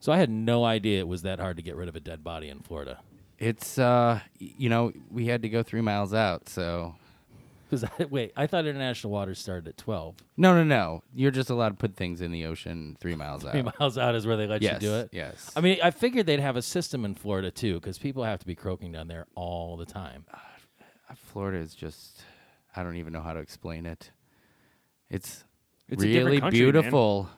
So I had no idea it was that hard to get rid of a dead body in Florida. It's uh, y- you know, we had to go three miles out, so Because wait, I thought international waters started at twelve. no, no, no. You're just allowed to put things in the ocean three miles out. Three miles out is where they let Oh. yes, you do it. Yes. I mean, I figured they'd have a system in Florida too, because people have to be croaking down there all the time. Florida is just I don't even know how to explain it. It's, It's a different really country, man. beautiful,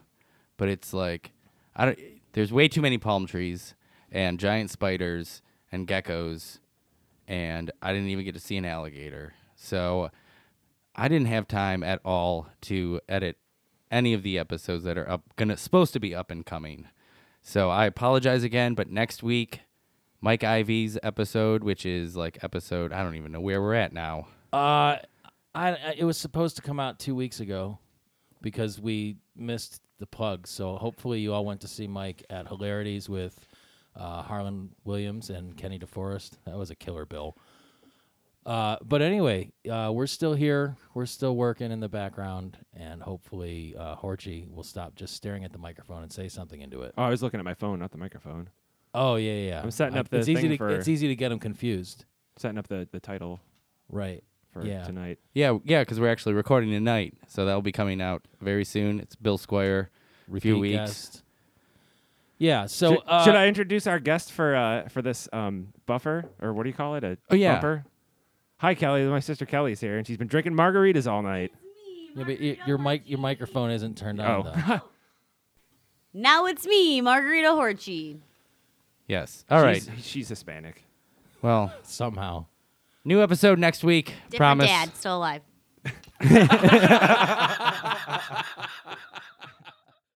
but it's like I don't there's way too many palm trees and giant spiders and geckos and I didn't even get to see an alligator. So I didn't have time at all to edit any of the episodes that are up gonna supposed to be up and coming. So I apologize again, but next week Mike Ivy's episode, which is like episode I don't even know where we're at now. Uh, I, I it was supposed to come out two weeks ago, because we missed the plug. So hopefully you all went to see Mike at Hilarities with uh, Harlan Williams and Kenny DeForest. That was a killer bill. Uh, but anyway, uh, we're still here. We're still working in the background, and hopefully uh, Horchy will stop just staring at the microphone and say something into it. Oh, I was looking at my phone, not the microphone. Oh yeah, yeah. yeah. I'm setting I- up the it's easy thing to, for- It's easy to get them confused, Setting up the, the title right? for Yeah. tonight. Yeah, yeah, because we're actually recording tonight, so that'll be coming out very soon. It's Bill Squire. Few Repeat weeks. guest. Yeah. So should, uh, should I introduce our guest for uh, for this um, buffer or what do you call it? A Oh, yeah. bumper? Hi, Kelly. My sister Kelly's here, and she's been drinking margaritas all night. Yeah, but your, your mic, your microphone isn't turned on. Though. Oh, Now it's me, Margarita Horchi. Yes. All right. she's, she's Hispanic. Well, somehow. new episode next week. Different promise. dad, still alive.